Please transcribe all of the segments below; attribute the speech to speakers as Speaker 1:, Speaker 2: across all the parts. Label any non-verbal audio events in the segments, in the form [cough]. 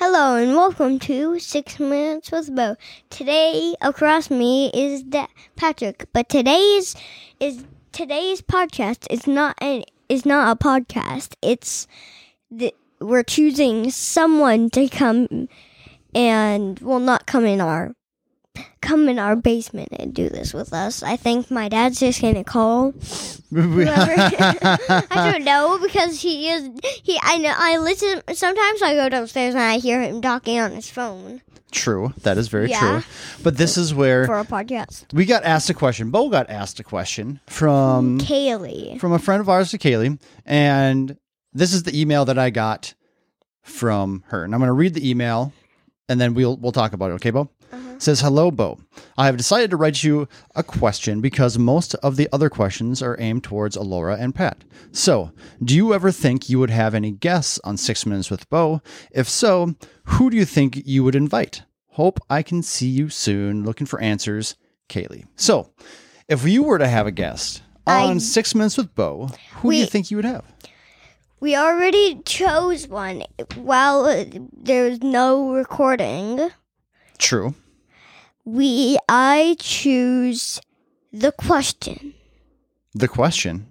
Speaker 1: and welcome to Six Minutes with Bo. Today, across me is da- Patrick, but today's is today's podcast is not an is not a podcast. It's the, we're choosing someone to come and will not come in our come in our basement and do this with us. I think my dad's just gonna call
Speaker 2: [laughs]
Speaker 1: whoever. I don't know because he is he. I know. I listen. Sometimes I go downstairs and I hear him talking on his phone
Speaker 2: [laughs] true. That is very
Speaker 1: Yeah.
Speaker 2: true. But this is where
Speaker 1: for a podcast.
Speaker 2: we got asked a question. Bo got asked a question from
Speaker 1: Kaylee.
Speaker 2: from a friend of ours to Kaylee, and this is the email that I got from her. And I'm going to read the email, and then we'll we'll talk about it. Okay, Bo. It Says hello, Bo. I have decided to write you a question because most of the other questions are aimed towards Alora and Pat. So, do you ever think you would have any guests on Six Minutes with Bo? If so, who do you think you would invite? Hope I can see you soon. Looking for answers, Kaylee. So, if you were to have a guest on Six Minutes with Bo, who do you
Speaker 1: We-
Speaker 2: think you would have?
Speaker 1: We already chose one while uh, there was no recording.
Speaker 2: True.
Speaker 1: We I choose the question.
Speaker 2: The question.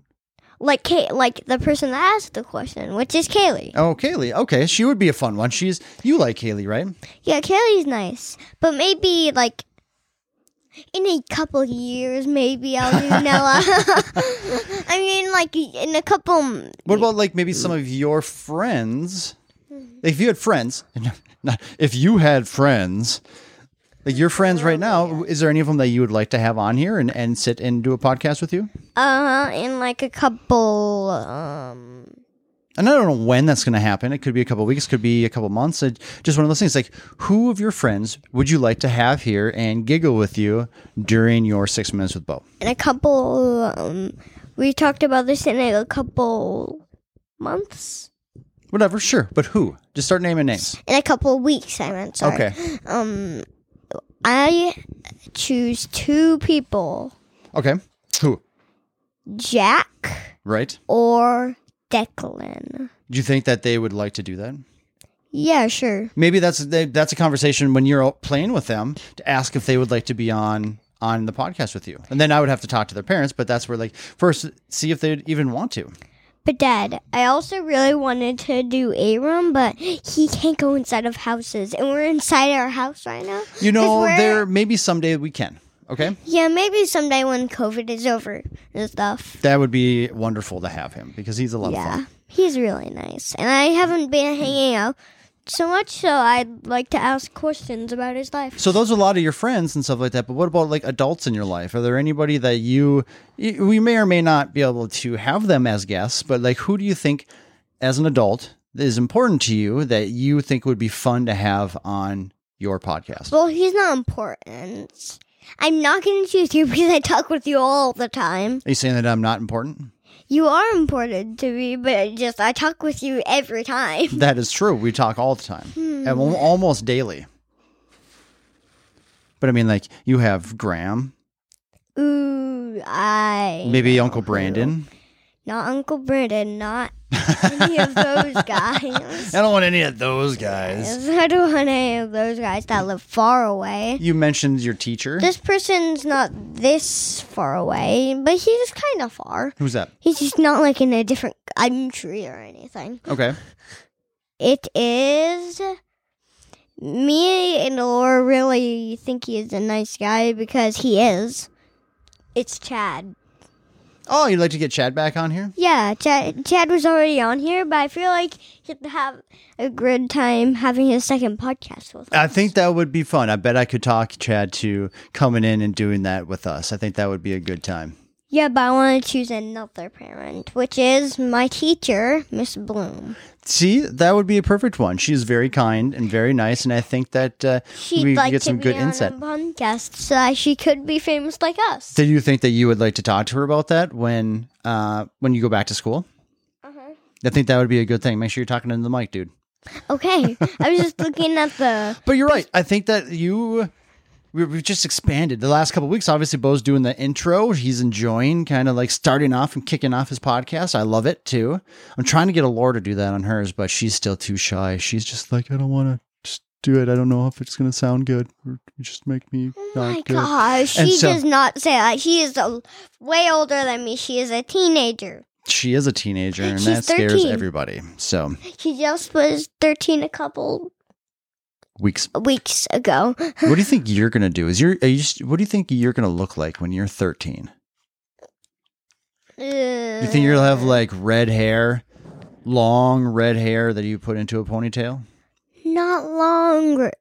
Speaker 1: Like Kay, like the person that asked the question, which is Kaylee.
Speaker 2: Oh, Kaylee. Okay, she would be a fun one. She's you like Kaylee, right?
Speaker 1: Yeah, Kaylee's nice, but maybe like in a couple years, maybe I'll do Nella. [laughs] I mean, like in a couple.
Speaker 2: What about like maybe some of your friends? If you had friends, [laughs] not- if you had friends, like your friends right now, is there any of them that you would like to have on here and, and sit and do a podcast with you?
Speaker 1: Uh, in like a couple. Um,
Speaker 2: And I don't know when that's going to happen. It could be a couple weeks, could be a couple months. It, just one of those things. Like, who of your friends would you like to have here and giggle with you during your six minutes with Bo?
Speaker 1: in a couple. Um, we talked about this in a couple months.
Speaker 2: Whatever, sure. But who? Just start naming names.
Speaker 1: In a couple weeks, I meant. Sorry.
Speaker 2: Okay.
Speaker 1: Um, I choose two people:
Speaker 2: Okay. Who?
Speaker 1: Jack
Speaker 2: Right?
Speaker 1: or Declan.
Speaker 2: Do you think that they would like to do that?
Speaker 1: Yeah, sure.
Speaker 2: Maybe that's that's a conversation when you're out playing with them to ask if they would like to be on on the podcast with you. And then I would have to talk to their parents, but that's where like first see if they'd even want to.
Speaker 1: But Dad, I also really wanted to do Abram, but he can't go inside of houses, and we're inside our house right now.
Speaker 2: You
Speaker 1: 'Cause
Speaker 2: know,
Speaker 1: we're-
Speaker 2: there maybe someday we can. Okay?
Speaker 1: Yeah, maybe someday when COVID is over and stuff.
Speaker 2: That would be wonderful to have him because he's a lot of
Speaker 1: Yeah,
Speaker 2: fun.
Speaker 1: he's really nice, and I haven't been hanging out so much, so I'd like to ask questions about his life.
Speaker 2: So those are a lot of your friends and stuff like that. But what about like adults in your life? Are there anybody that you y- we may or may not be able to have them as guests? But like, who do you think as an adult that is important to you that you think would be fun to have on your podcast?
Speaker 1: Well, he's not important. I'm not going to choose you [laughs] because I talk with you all the time.
Speaker 2: Are you saying that I'm not important?
Speaker 1: You are important to me, but just I talk with you every time.
Speaker 2: That is true. We talk all the time, and al- almost daily. But I mean, like you have Graham,
Speaker 1: Ooh, I
Speaker 2: maybe Uncle Brandon.
Speaker 1: not Uncle Brandon, not any of those guys.
Speaker 2: I don't want any of those guys.
Speaker 1: I don't want any of those guys that live far away.
Speaker 2: You mentioned your teacher.
Speaker 1: This person's not this far away, but he's kind of far.
Speaker 2: Who's that?
Speaker 1: He's just not like in a different country or anything.
Speaker 2: Okay.
Speaker 1: It is me and Laura really think he is a nice guy because he is. It's Chad.
Speaker 2: Oh, you'd like to get Chad back on here?
Speaker 1: Yeah, Chad, Chad was already on here, but I feel like he'd have a good time having his second podcast with us.
Speaker 2: I think that would be fun. I bet I could talk Chad to coming in and doing that with us. I think that would be a good time.
Speaker 1: Yeah, but I want to choose another parent, which is my teacher, Miss Bloom.
Speaker 2: See, that would be a perfect one. She's very kind and very nice, and I think that uh,
Speaker 1: She'd
Speaker 2: we
Speaker 1: like
Speaker 2: get some
Speaker 1: to
Speaker 2: good
Speaker 1: be on
Speaker 2: insight.
Speaker 1: a podcast so that she could be famous like us.
Speaker 2: Do you think that you would like to talk to her about that when uh, when you go back to school?
Speaker 1: Mm-hmm.
Speaker 2: I think that would be a good thing. Make sure you're talking into the mic, dude.
Speaker 1: Okay, I
Speaker 2: [laughs]
Speaker 1: was just looking at the.
Speaker 2: But you're right. I think that you we- we've just expanded the last couple of weeks. Obviously, Bo's doing the intro. He's enjoying kind of like starting off and kicking off his podcast. I love it too. I'm trying to get a lore to do that on hers, but she's still too shy. She's just like, I don't want to. Just do it. I don't know if it's going to sound good or just make me
Speaker 1: Oh
Speaker 2: not
Speaker 1: my
Speaker 2: good.
Speaker 1: gosh,
Speaker 2: And
Speaker 1: she
Speaker 2: so-
Speaker 1: does not say that. She is a, way older than me. She is a teenager.
Speaker 2: She is a teenager and
Speaker 1: She's
Speaker 2: that scares
Speaker 1: 13.
Speaker 2: everybody. So,
Speaker 1: She just was 13 a couple
Speaker 2: weeks.
Speaker 1: weeks ago.
Speaker 2: What do you think you're going to do? Is your are you just, what do you think you're going to look like when you're 13? You think you'll have like red hair, long red hair that you put into a ponytail?
Speaker 1: not longer?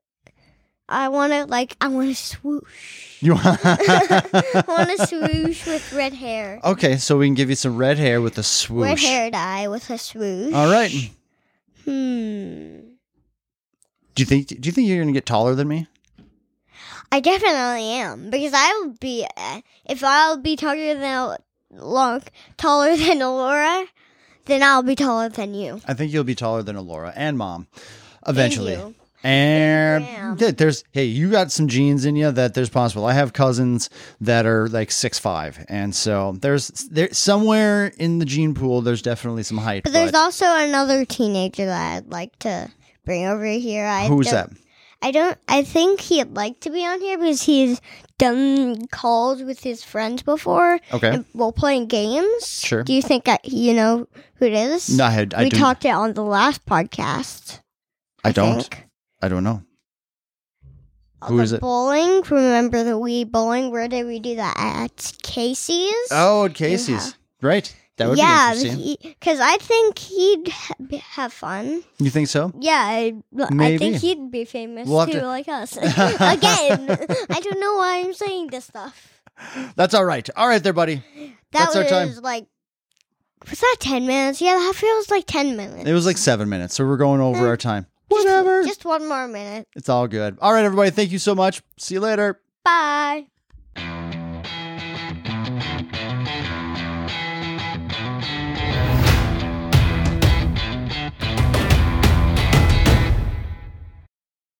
Speaker 1: I want to like I want to swoosh.
Speaker 2: You
Speaker 1: [laughs]
Speaker 2: [laughs]
Speaker 1: I want to swoosh with red hair.
Speaker 2: Okay, so we can give you some red hair with a swoosh.
Speaker 1: Red hair dye with a swoosh.
Speaker 2: All right.
Speaker 1: Hmm.
Speaker 2: Do you think do you think you're going to get taller than me?
Speaker 1: I definitely am because I will be uh, if I'll be taller than long taller than Laura, then I'll be taller than you.
Speaker 2: I think you'll be taller than Alora and mom eventually.
Speaker 1: Thank you.
Speaker 2: And
Speaker 1: Damn.
Speaker 2: th- there's hey, you got some genes in you that there's possible. I have cousins that are like six five, and so there's there somewhere in the gene pool. There's definitely some height.
Speaker 1: But there's
Speaker 2: but
Speaker 1: also another teenager that I'd like to bring over here. I
Speaker 2: who's
Speaker 1: don't-
Speaker 2: that?
Speaker 1: I don't. I think he'd like to be on here because he's done calls with his friends before
Speaker 2: Okay,
Speaker 1: and while playing games.
Speaker 2: Sure.
Speaker 1: Do you think I, you know who it is?
Speaker 2: no, I, had- I
Speaker 1: we
Speaker 2: do.
Speaker 1: talked it on the last podcast.
Speaker 2: I don't.
Speaker 1: think.
Speaker 2: I don't know.
Speaker 1: All
Speaker 2: Who
Speaker 1: the
Speaker 2: is it?
Speaker 1: Bowling. Remember the wee bowling? Where did we do that at Casey's?
Speaker 2: Oh, at Casey's, right? That would
Speaker 1: yeah,
Speaker 2: be interesting.
Speaker 1: because I think he'd ha- be- have fun.
Speaker 2: you think so?
Speaker 1: Yeah, I, I
Speaker 2: Maybe.
Speaker 1: think he'd be famous
Speaker 2: We'll have
Speaker 1: too,
Speaker 2: to-
Speaker 1: like
Speaker 2: [laughs]
Speaker 1: us. Again, I don't know why I'm saying this stuff.
Speaker 2: That's all right. All right, there, buddy.
Speaker 1: That
Speaker 2: That's our
Speaker 1: was
Speaker 2: time.
Speaker 1: like, was that ten minutes? Yeah, that feels like ten minutes.
Speaker 2: It was like seven minutes, so we're going over
Speaker 1: Eh,
Speaker 2: our time.
Speaker 1: Just-
Speaker 2: Whatever.
Speaker 1: just one more minute.
Speaker 2: it's all good. All right, everybody. Thank you so much. See you later.
Speaker 1: Bye.